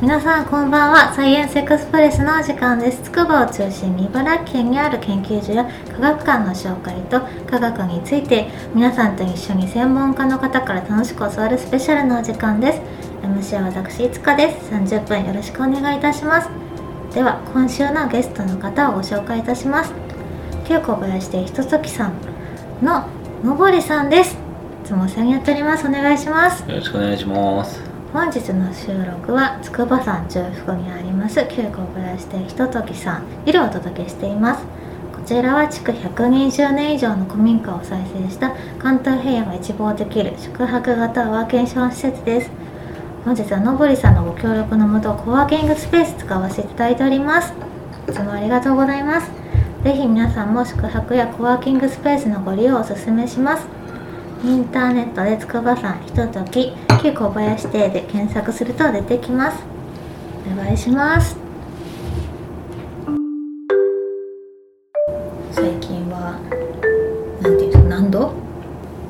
皆さんこんばんはサイエンスエクスプレスのお時間ですつくばを中心に茨城県にある研究所や科学館の紹介と科学について皆さんと一緒に専門家の方から楽しく教わるスペシャルなお時間です MC は私いつかです30分よろしくお願いいたしますでは今週のゲストの方をご紹介いたします旧小林でひとときさんののぼりさんですいつもお世話になっておりますお願いしますよろしくお願いします。本日の収録は筑波山中腹にあります旧小林亭ひとときさんいるお届けしていますこちらは築120年以上の古民家を再生した関東平野が一望できる宿泊型ワーケーション施設です本日はのぼりさんのご協力のもとコワーキングスペース使わせていただいておりますいつもありがとうございますぜひ皆さんも宿泊やコワーキングスペースのご利用をお勧めしますインターネットで筑波山ひととき旧小林邸で検索すると出てきますお願いします最近はなんていうんですか何度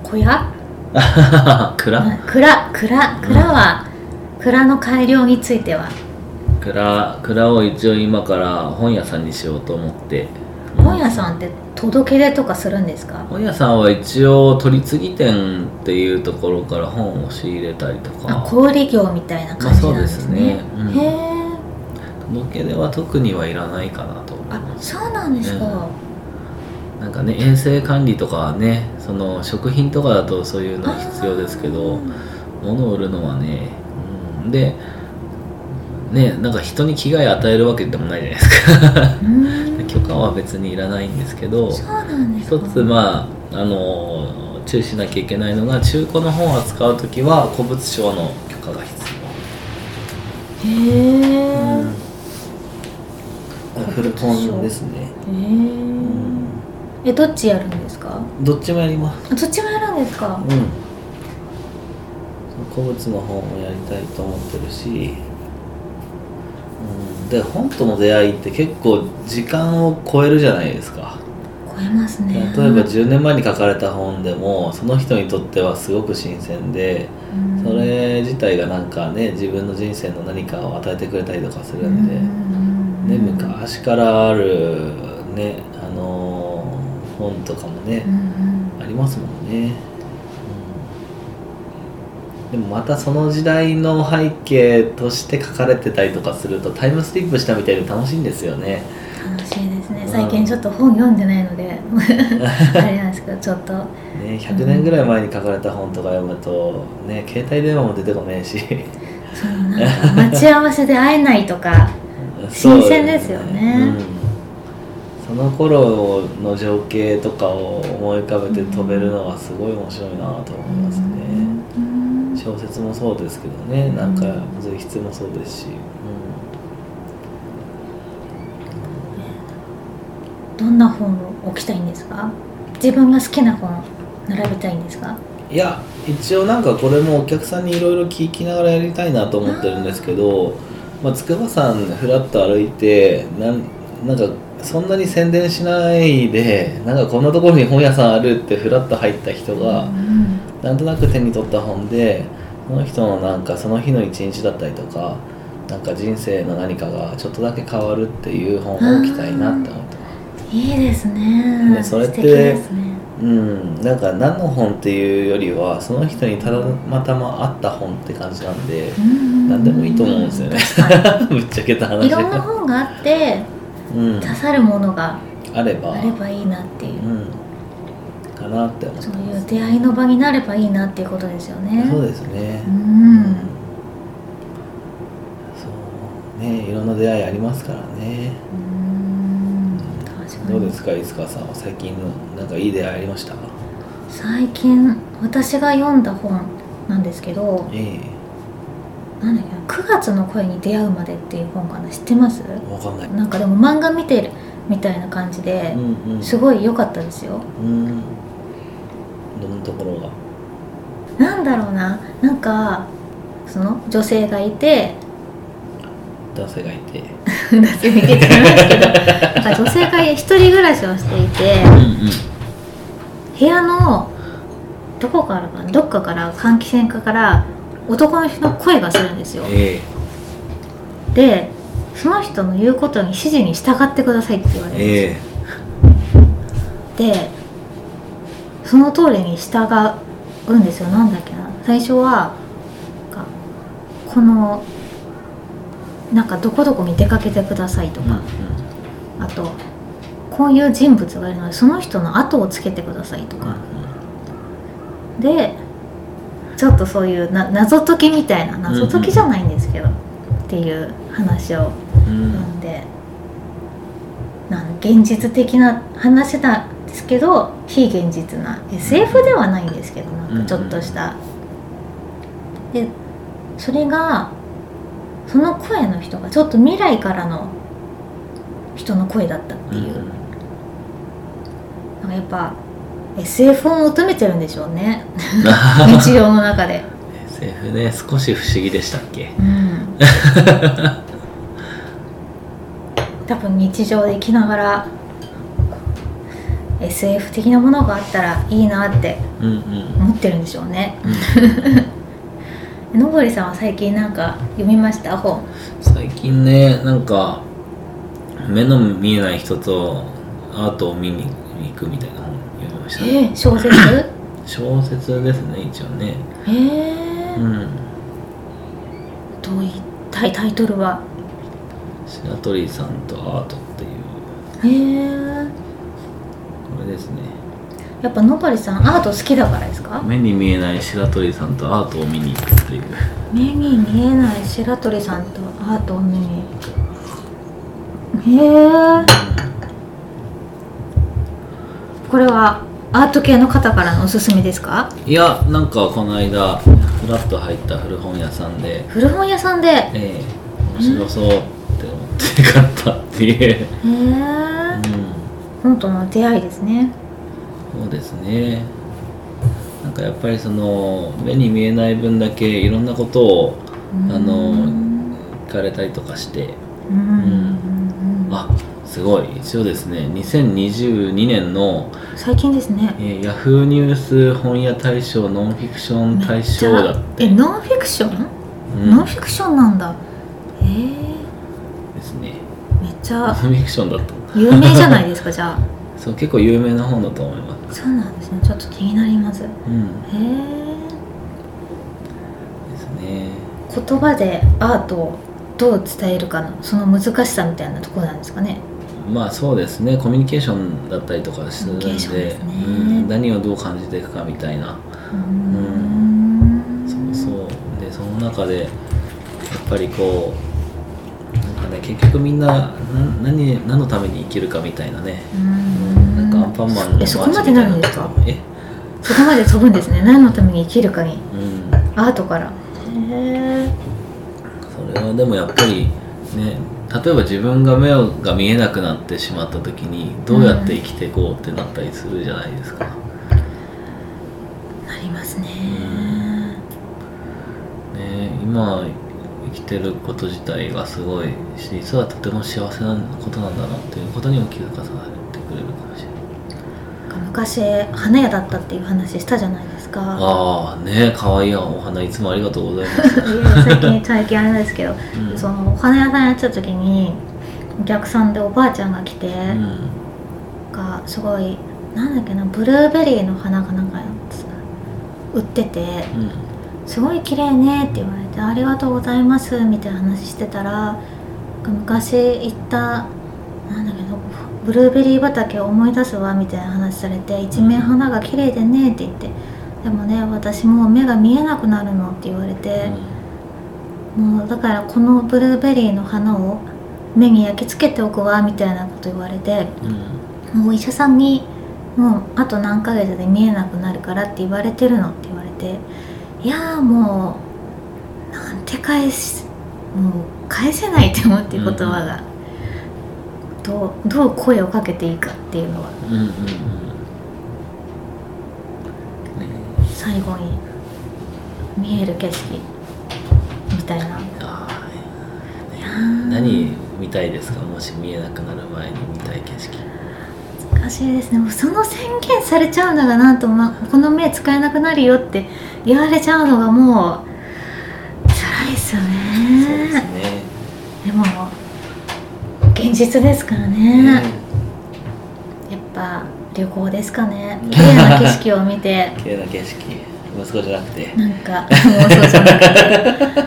小屋 蔵蔵蔵蔵は蔵の改良については蔵蔵を一応今から本屋さんにしようと思って。本屋さんって届け出とかするんですか本屋さんは一応取り次ぎ店っていうところから本を仕入れたりとあか小売業みたいな感じなんですね,、まあそうですねうんへえ届け出は特にはいらないかなと思いあますそうなんですか、なんかね衛生管理とかはねその食品とかだとそういうの必要ですけど物を売るのはね、うん、でねなんか人に危害与えるわけでもないじゃないですあーうんか 許可は別にいらないんですけどそうなんですか一つまああの注意しなきゃいけないのが中古の本を扱う時は古物商の許可が必へえ、要、古本ですね、へーえどっちやるんですかどっちもやりますあどっちもやるんですかうん古物の本をやりたいと思ってるし、うん、で本との出会いって結構時間を超えるじゃないですか超えます例えねば10年前に書かれた本でもその人にとってはすごく新鮮でうんそれ自体がなんかね自分の人生の何かを与えてくれたりとかするうんで、んね、昔からあるねあのー本とかもねうん、うんありますもんね、うん、でもまたその時代の背景として書かれてたりとかするとタイムスリップしたみたいで楽しいんですよね楽しいですねうん最近ちょっと本読んでないので あれなんですけどちょっとね100年ぐらい前に書かれた本とか読むとね携帯電話も出てこねえしそのなんか待ち合わせで会えないとか新鮮ですよねそううんその頃の情景とかを思い浮かべて飛べるのはすごい面白いなと思いますね、うん小説もそうですけどねなんか随筆もそうですし、どんな本を置きたいんですか自分が好きな本並べたいんですかうんいや一応なんかこれもお客さんにいろいろ聞きながらやりたいなと思ってるんですけど、まあ、筑波山ふらっと歩いてなんなんかそんなに宣伝しないでなんかこんなところに本屋さんあるってふらっと入った人が、うんなんとなく手に取った本でその人のなんかその日の一日だったりとかなんか人生の何かがちょっとだけ変わるっていう本を置きたいなって思ってますいいですねねそれって素敵ですねうん、なんか何の本っていうよりはその人にたまたまあった本って感じなんで 何何でもいいと思うんですよねぶっちゃけた話いろんな本があってうん刺、さるものがあれば、あればいいなっていううんかなって思ってそういう出会いの場になればいいなっていうことですよねそうですねううんんそうねいろんな出会いありますからねうん確かにどうですかいつかさんは最近のなんかいい出会いありました最近私が読んだ本なんですけどえなんだっけな9月の声に出会うまで」っていう本かな知ってますえわかんないなんかでも漫画見てるみたいな感じでうんうんすごい良かったですようんどんなところがなんだろうななんかその女性がいて男性がいて女性がいてって言わないですけどなんか女性が一人暮らしをしていてうん部屋のどこからかなどっかから換気扇かから男の人の声がするんですよええでその人の言うことに指示に従ってくださいって言われました、えでその通りに従うんですよなんだっけな最初はなんかこのなんかどこどこに出かけてくださいとえか、あとこういう人物がいるのでその人の後をつけてくださいとか、でちょっとそういうな謎解きみたいな謎解きじゃないんですけど、っていう話をうんなんでなん現実的な話なんですけど非現実な SF ではないんですけどなんかちょっとした。でそれがその声の人がちょっと未来からの人の声だったっていう、なんかやっぱ SF を求めてるんでしょう ね日常の中で。 SF ね少し不思議でしたっけうん多分日常で生きながら SF 的なものがあったらいいなってうんうん思ってるんでしょうねうんのぼりさんは最近なんか読みました本最近ねなんか目の見えない人とアートを見に行くみたいな本読みましたねえー、小説小説ですね一応ね えーうんどういったタイトルは白鳥さんとアートっていうえー、これですねやっぱのぼりさんアート好きだからですか目に見えない白鳥さんとアートを見に行くっていう目に見えない白鳥さんとアートを見に行くへえこれはアート系の方からのおすすめですかいやなんかこの間フラッと入った古本屋さんで古本屋さんでへええ面白そうって思って買ったっていう、うえん本との出会いですねそうですねなんかやっぱりその目に見えない分だけいろんなことをあのうん聞かれたりとかしてうんうんうんあすごい一応ですね2022年の、最近ですねえー、ヤフーニュース本屋大賞ノンフィクション大賞だっえて、ノンフィクション、うん ノンフィクションなんだえですねめっちノンゃフィクションだった有名じゃないですかじゃあそう結構有名な本だと思いますそうなんですねちょっと気になりますへうんえですね言葉でアートをどう伝えるかのその難しさみたいなところなんですかねまあそうですねコミュニケーションだったりとかするんコミュニケーションでですねうん、何をどう感じていくかみたいうなーんそうそうでその中でやっぱりこうなんかね結局みんなな何何のために生きるかみたいなね、うーんなんかアンパンマンのえそこまでなるんですかえそこまで飛ぶんですね何のために生きるかにうんアートからへえそれはでもやっぱりね例えば自分が目が見えなくなってしまった時にどうやって生きていこうってなったりするじゃないですか、なりますねね、今生きてること自体がすごいし実はとても幸せなことなんだなっていうことにも気づかされてくれるかもしれないなんか昔花屋だったっていう話したじゃないですかああね可愛いお花いつもありがとうございますいや最 近最近あれなんですけど、うんそのお花屋さんやってた時にお客さんでおばあちゃんが来て、うんがすごいなんだっけなブルーベリーの花がなんか売っててうん「すごい綺麗ね」って言われて「ありがとうございます」みたいな話してたら昔行ったなんだっけなブルーベリー畑を思い出すわみたいな話されて「一面花が綺麗でね」って言って「でもね私もう目が見えなくなるの」って言われて、もうだからこのブルーベリーの花を目に焼き付けておくわみたいなこと言われて。うんもうお医者さんに「もうあと何ヶ月で見えなくなるから」って言われてるのって言われていやーもうなんて返しもう返せないって思って言葉が、どうどう声をかけていいかっていうのはうんうんうんね最後に見える景色みたいなあいやーー何見たいですかもし見えなくなる前に見たい景色難しいですねもうその宣言されちゃうのがなんと、ま、この目使えなくなるよって言われちゃうのがもう辛いですよそうですねねえ実ですからうんね、やっぱ旅行ですか ね綺麗な景色を見て綺麗な景色息子じゃなくてなんかもうそうじゃ なく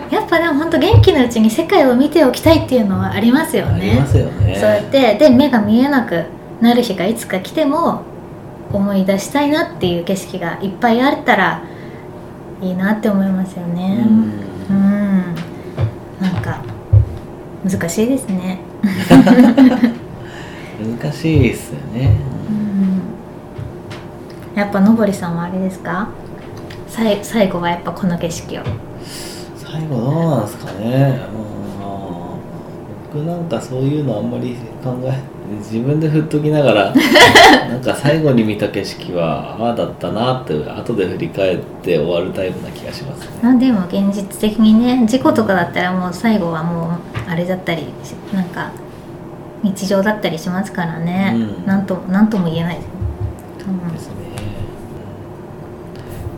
てやっぱでも本当元気なうちに世界を見ておきたいっていうのはありますよありねますよねそうやってで目が見えなくなる日がいつか来ても思い出したいなっていう景色がいっぱいあったらいいなって思いますようねんうんなんか難しいですね難しいですよねうんやっぱのぼりさんはあれですかさい最後はやっぱこの景色を最後どうなんですかねうん僕なんかそういうのあんまり考え自分で振っときなが らなんか最後に見た景色はああだったなって後で振り返って終わるタイプな気がしますねなんでも現実的にね事故とかだったらもう最後はもうあれだったりしなんか日常だったりしますからね、うんなんとなんとも言えないです、うですね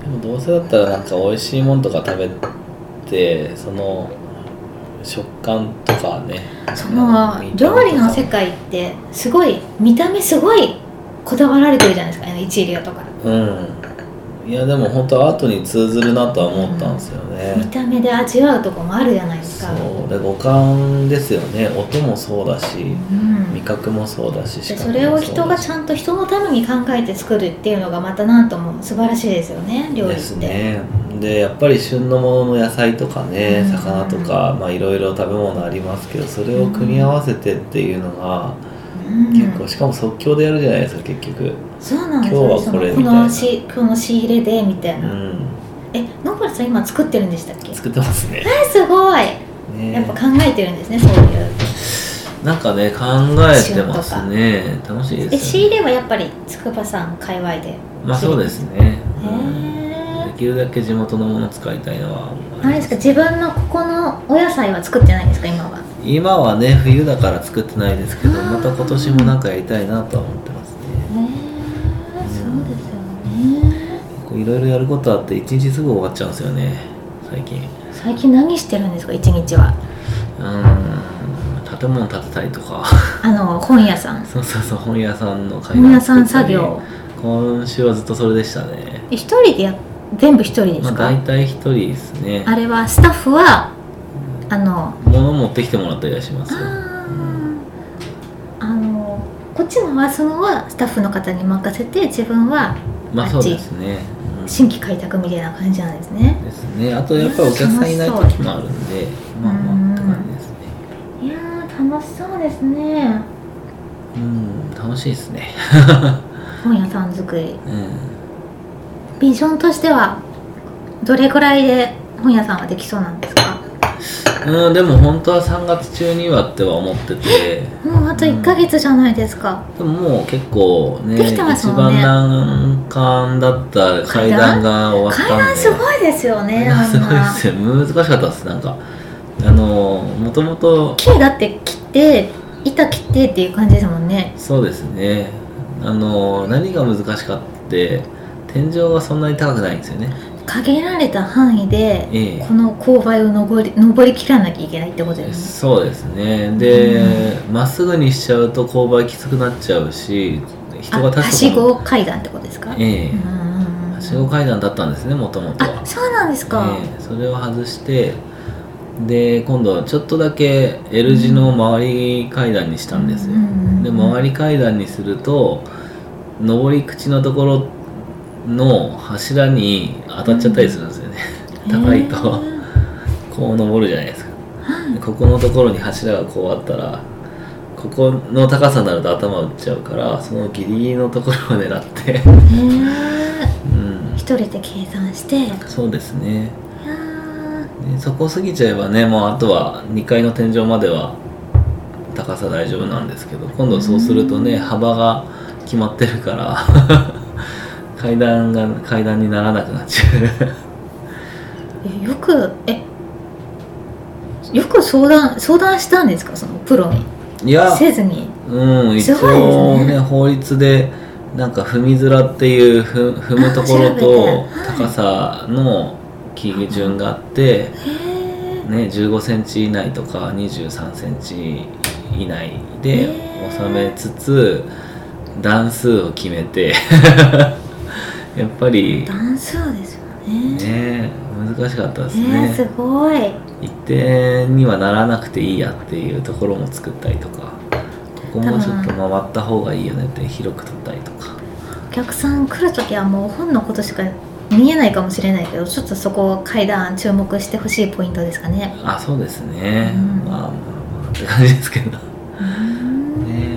うんでもどうせだったらなんか美味しいもんとか食べてその食感とかねん、その料理の世界ってすごい見た目すごいこだわられてるじゃないですかあの一流とか、うんいやでも本当アートに通ずるなとは思ったんですよね、見た目で味わうとこもあるじゃないですかそうで五感ですよね音もそうだしうん味覚もそうだしで視そ覚れをもそ人うがだちしゃんと人のために考えて作るっていうのがまたなんとも素晴らしいですよね料理っでてすねでやっぱり旬のものの野菜とかねうん魚とかまあいろいろ食べ物ありますけどそれを組み合わせてっていうのがうん結構しかも即興でやるじゃないですか結局そうなんですよ今日はこれそのみたこいなのしこの仕入れでみたいうな、んえのぼりさん今作ってるんでしたっけ作ってま すねえすごいねやっぱ考えてるんですねそういうなんかね考えてますね楽しいえです仕よ入ねれはやっぱり筑波さん界隈でへまあそうですね、うんでえきるだけ地元のもの使いたいのはあれですか自分のここのお野菜は作ってないんですか今は今はね冬だから作ってないですけどあーまた今年もなんかやりたいなとは思ってますねへえそうですよね結構いろいろやることあって一日すぐ終わっちゃうんですよね最近最近何してるんですか一日はうーん建物建てたりとか あの本屋さんそうそうそう本屋さんの会本屋さん作業今週はずっとそれでしたねえ一人でや全部一人でますあか、大体一人ですねあれはスタッフはあの物持ってきてもらったりはしますよあーあのこっちのはそのはスタッフの方に任せて自分はまああっちそうですね、うん新規開拓みたいな感じなんですねですねあとやっぱりお客さんいない時もあるんでまあまあって感じですねいやー楽しそうですねうん楽しいですね 本屋さん作りうんビジョンとしてはどれぐらいで本屋さんはできそうなんですかうん、でも本当は3月中にはっては思っててもうあと1ヶ月じゃないですか、でももう結構ねできてます一もんね番難関だった階段が終わった階んで段すごいですよ 階ね段あすんごいでなすよ難しかったですなんかあのもともと木だって切って板切ってっていう感じですもんねそうですねあの何が難しかって天井がそんなに高くないんですよね限られた範囲でええこの勾配を登り登りきらなきゃいけないってことですねそうですねでま、っすぐにしちゃうと勾配きつくなっちゃうし人があは立しつとこもご階段ってことですかうんうええんうんはしご階段だったんですねもともとはあ、そうなんですか、ええそれを外してで今度はちょっとだけ L 字の回り階段にしたんですよ、うんうんうんで回り階段にすると上り口のところの柱に当たっちゃったりするんですよね、高いとへえこう登るじゃないですかでここのところに柱がこうあったらここの高さになると頭打っちゃうからそのギリギリのところを狙って、へえうん、一人で計算していやそうですねーでそこ過ぎちゃえばねもうあとは2階の天井までは高さ大丈夫なんですけど今度そうするとね幅が決まってるから 階段が階段にならなくなっちゃいやよくえよく相談相談したんですかそのプロに ういやせずにうん、一すごいです応ねね法律でなんか踏み面っていうふ踏むと ころあと調べてはい高さの基準があって、へえね、1 5センチ以内とか2 3センチ以内でえー収めつつ、段数を決めて やっぱり段数ですよねね難しかったですえー、すね、ごい一定にはならなくていいやっていうところも作ったりとかここもちょっと回った方がいいよねって広く取ったりとかお客さん来る時はもう本のことしか見えないかもしれないけどちょっとそこ階段注目してほしいポイントですかねあそうですね、うんまあまあまあって感じですけどね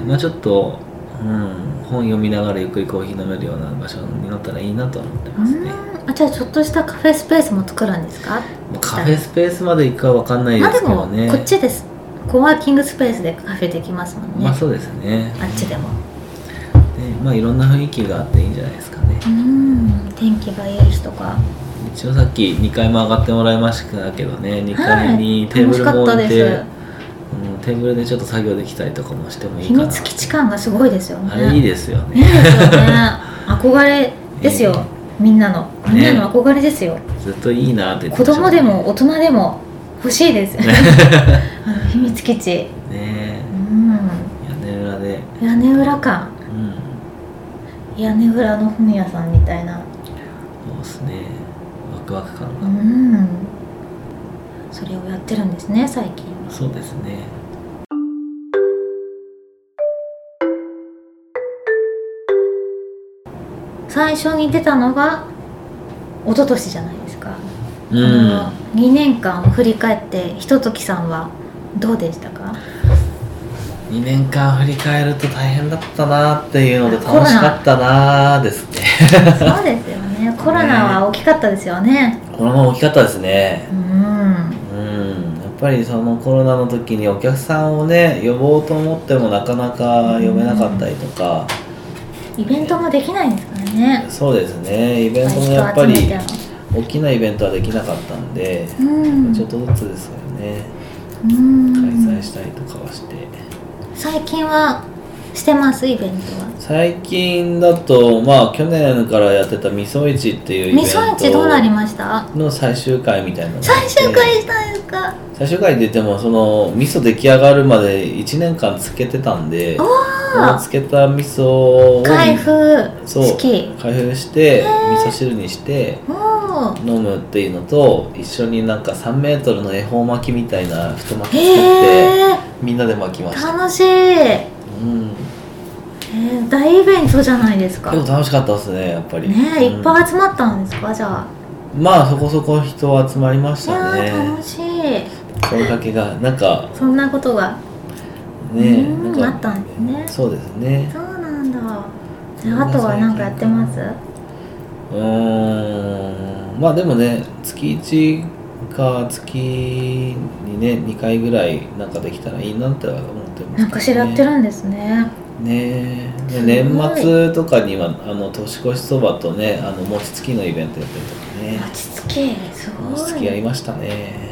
まあちょっと、うん、本読みながらゆっくりコーヒー飲めるような場所になったらいいなとは思ってうますね、んあじゃあちょっとしたカフェスペースも作るんですかもうカフェスペースまで行くかわかんないでまあですけどもねこっちですコワーキングスペースでカフェできますもんね、まあそうですねあっちでもねまあいろんな雰囲気があっていいんじゃないですかねうん天気がいい日とか一応さっき2階も上がってもらいましたけどね2階にテーブルも置いて、はい楽しかっうん、テーブルでちょっと作業できたりとかもしてもいい秘かな密基地感がすごいですよねあれいいですよねねえですよね憧れですよ、ねみんなのねみんなの憧れですよ、ずっといいなって言って子ま供したんでも大人でも欲しいですあの 秘密基地ねうん屋根裏で屋根裏感うん屋根裏の本屋さんみたいなそうですねワクワク感うが、んそれをやってるんですね最近はそうですね最初に出たのが一昨年じゃないですか、うあんの2年間を振り返ってひとときさんはどうでした か2年間振り返ると大変だったなっていうので楽しかったなーですねそうですよね。コロナは大きかったですよね。このまま大きかったですねうん。うんやっぱりそのコロナの時にお客さんをね呼ぼうと思ってもなかなか呼べなかったりとか、イベントもできないんですからね。そうですねイイベントもやっぱりての。大きなイベントはできなかったんで、うん。ちょっとずつですよねうん開催したりとかはして、最近はしてますイベントは。最近だとまあ去年からやってた「みそ市」っていうイベミンソイチどうなりました？トの最終回みたいなのがあって最終回したんですか？最終回って言ってもその味噌出来上がるまで1年間漬けてたんでその漬けた味噌を開封そう式。開封して味噌汁にしておおー。飲むっていうのと一緒になんか3メートルの恵方巻きみたいな太巻き作ってへえ。みんなで巻きました、楽しい。えうん、ー、大イベントじゃないですか。でもね楽しかったですねやっぱりえ、いっぱい、い集まったんですかじゃあ。うんまあそこそこ人集まりましいやたーね楽しい。声かけがなんかそんなことが。ねうんなあったんですねそうですねそうなんだ。じゃあ、あとは何かやってます。うーんまあでもね月1か月にね2回ぐらいなんかできたらいいなっては思ってますけどね、なんかしらってるんですね。ねえすごい年末とかにはあの年越しそばとねあの餅つきのイベントやってるとか落ねち着き、す餅つごい。きやりでましたね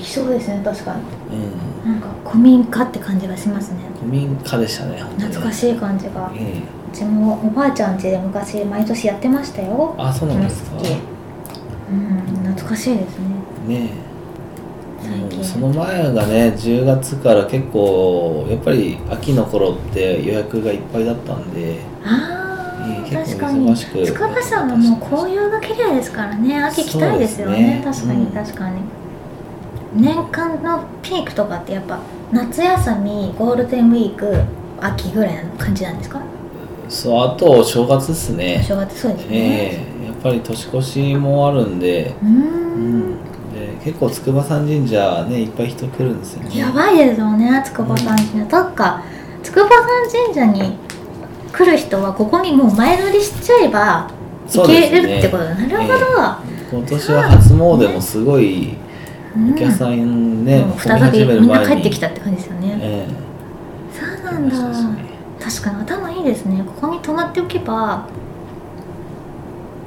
きそうですね、確かに。うんなんか古民家って感じがしますね。古民家でしたね本当に懐かしい感じが。ええうちもおばあちゃん家で昔毎年やってましたよ。あそうなんですか餅つきうん、懐かしいですね。ね最え、近うんその前がね10月から結構やっぱり秋の頃って予約がいっぱいだったんでああ、ええ確結構か忙に。しく塚橋さんはもう紅葉が綺麗ですからね秋来たいですよねそうです確かねにうん確かに、年間のピークとかってやっぱ夏休みゴールデンウィーク秋ぐらいの感じなんですかそうあと正月っすね正月そうですね、ええやっぱり年越しもあるんでうーうんんで結構筑波山神社ねいっぱい人来るんですよねやばいですよね筑波山神社どっか筑波山神社に来る人はここにもう前乗りしちゃえばそ行うですけねるってこと、なるほど、今年は初詣もすごいお客さんね、もう混み再び始める前みにんな帰ってきたって感じですよね、えそうえなんだ来ましたしね確かに頭いいですねここに泊まっておけば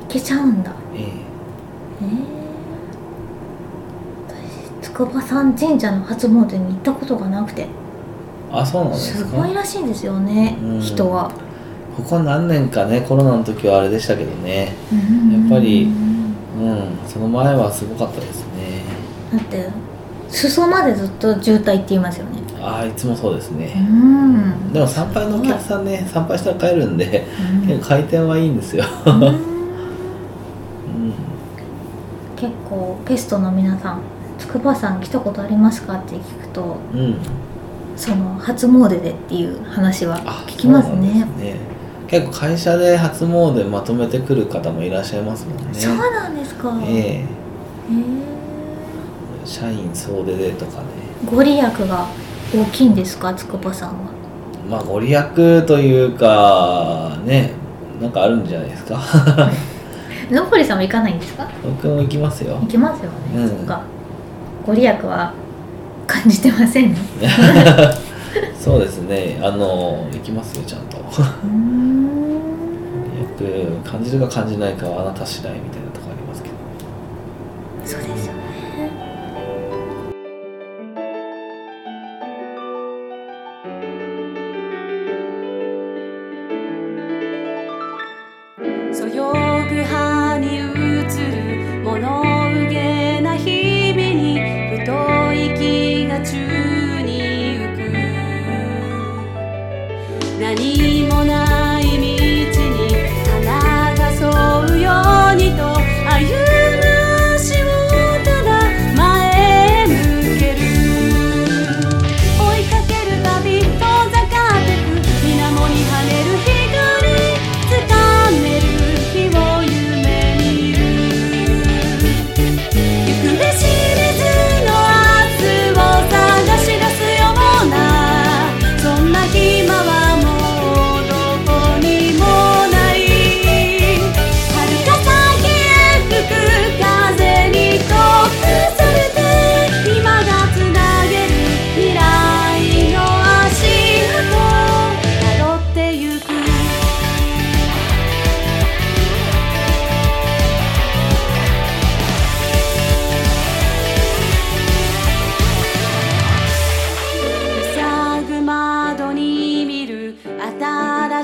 行けちゃうんだええ私筑波山神社の初詣に行ったことがなくてえあそうなんですすかごいらしいんですよねうん人はここ何年かねコロナの時はあれでしたけどねうんやっぱりうんその前はすごかったですねだって裾までずっと渋滞って言いますよねああいつもそうですうね、んでも参拝のお客さんね参拝したら帰るんで結構回転はいいんですよ、うんうんうん、結構ゲストの皆さん「筑波山来たことありますか?」って聞くとうん、その初詣でっていう話はあ聞きますそうなねんですね結構会社で初詣まとめてくる方もいらっしゃいますもんねそうなんですかへえええ社員総出でとかねご利益が大きいんですか筑波山はまあご利益というかねなんかあるんじゃないですかのっぽりさんも行かないんですか僕も行きますよ行きますよね、うんそっかご利益は感じてませんねそうですねあの行きますよちゃんとうーんよく感じるか感じないかはあなた次第みたいなとこありますけそどうですよねそよぐ歯に映る物憂げな日々に太い息が宙に浮く何もない道に花が沿うようにと歩む足をただ前へ向ける追いかけるたび遠ざかってく水面に跳ねる光掴める日を夢見る行方知れずの明日を探し出すようなそんな暇はもうどこにもない遥か先へ吹く風に飛ばされて今がつなげる未来の足跡辿ってゆく塞ぐ窓に見る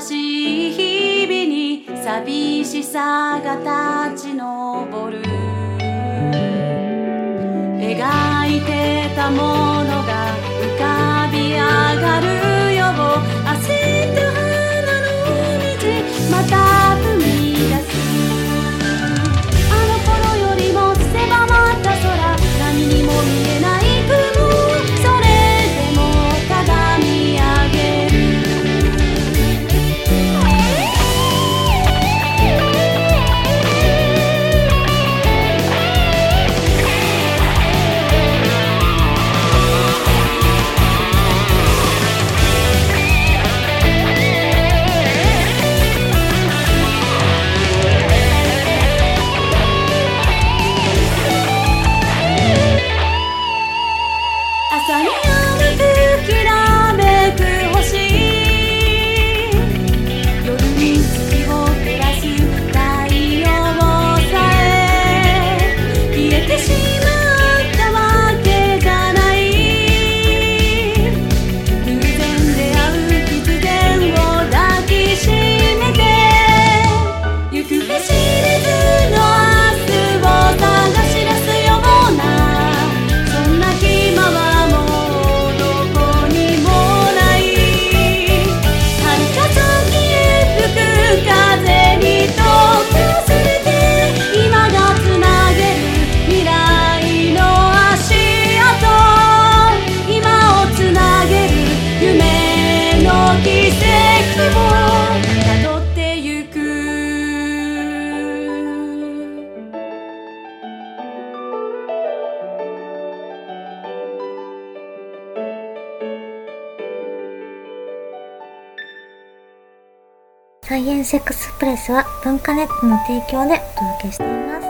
新しい日々に寂しさが立ち上る描いてたものが浮かび上がるよう明日と花の道また踏み出すあの頃よりも狭まった空何にも見えない雲それでも鏡上げる朝にうめくきらめく星夜に月を照らす太陽さえ消えてしまったわけじゃない偶然出会う必然を抱きしめて行くべ知れずの明日を探し出すようなそんな暇はもうどこにもない遥か先へ吹く風に飛ばされて今がつなげる未来の足跡今をつなげる夢の奇跡を辿ってゆくサイエンスエクスプレスは文化ネットの提供でお届けしています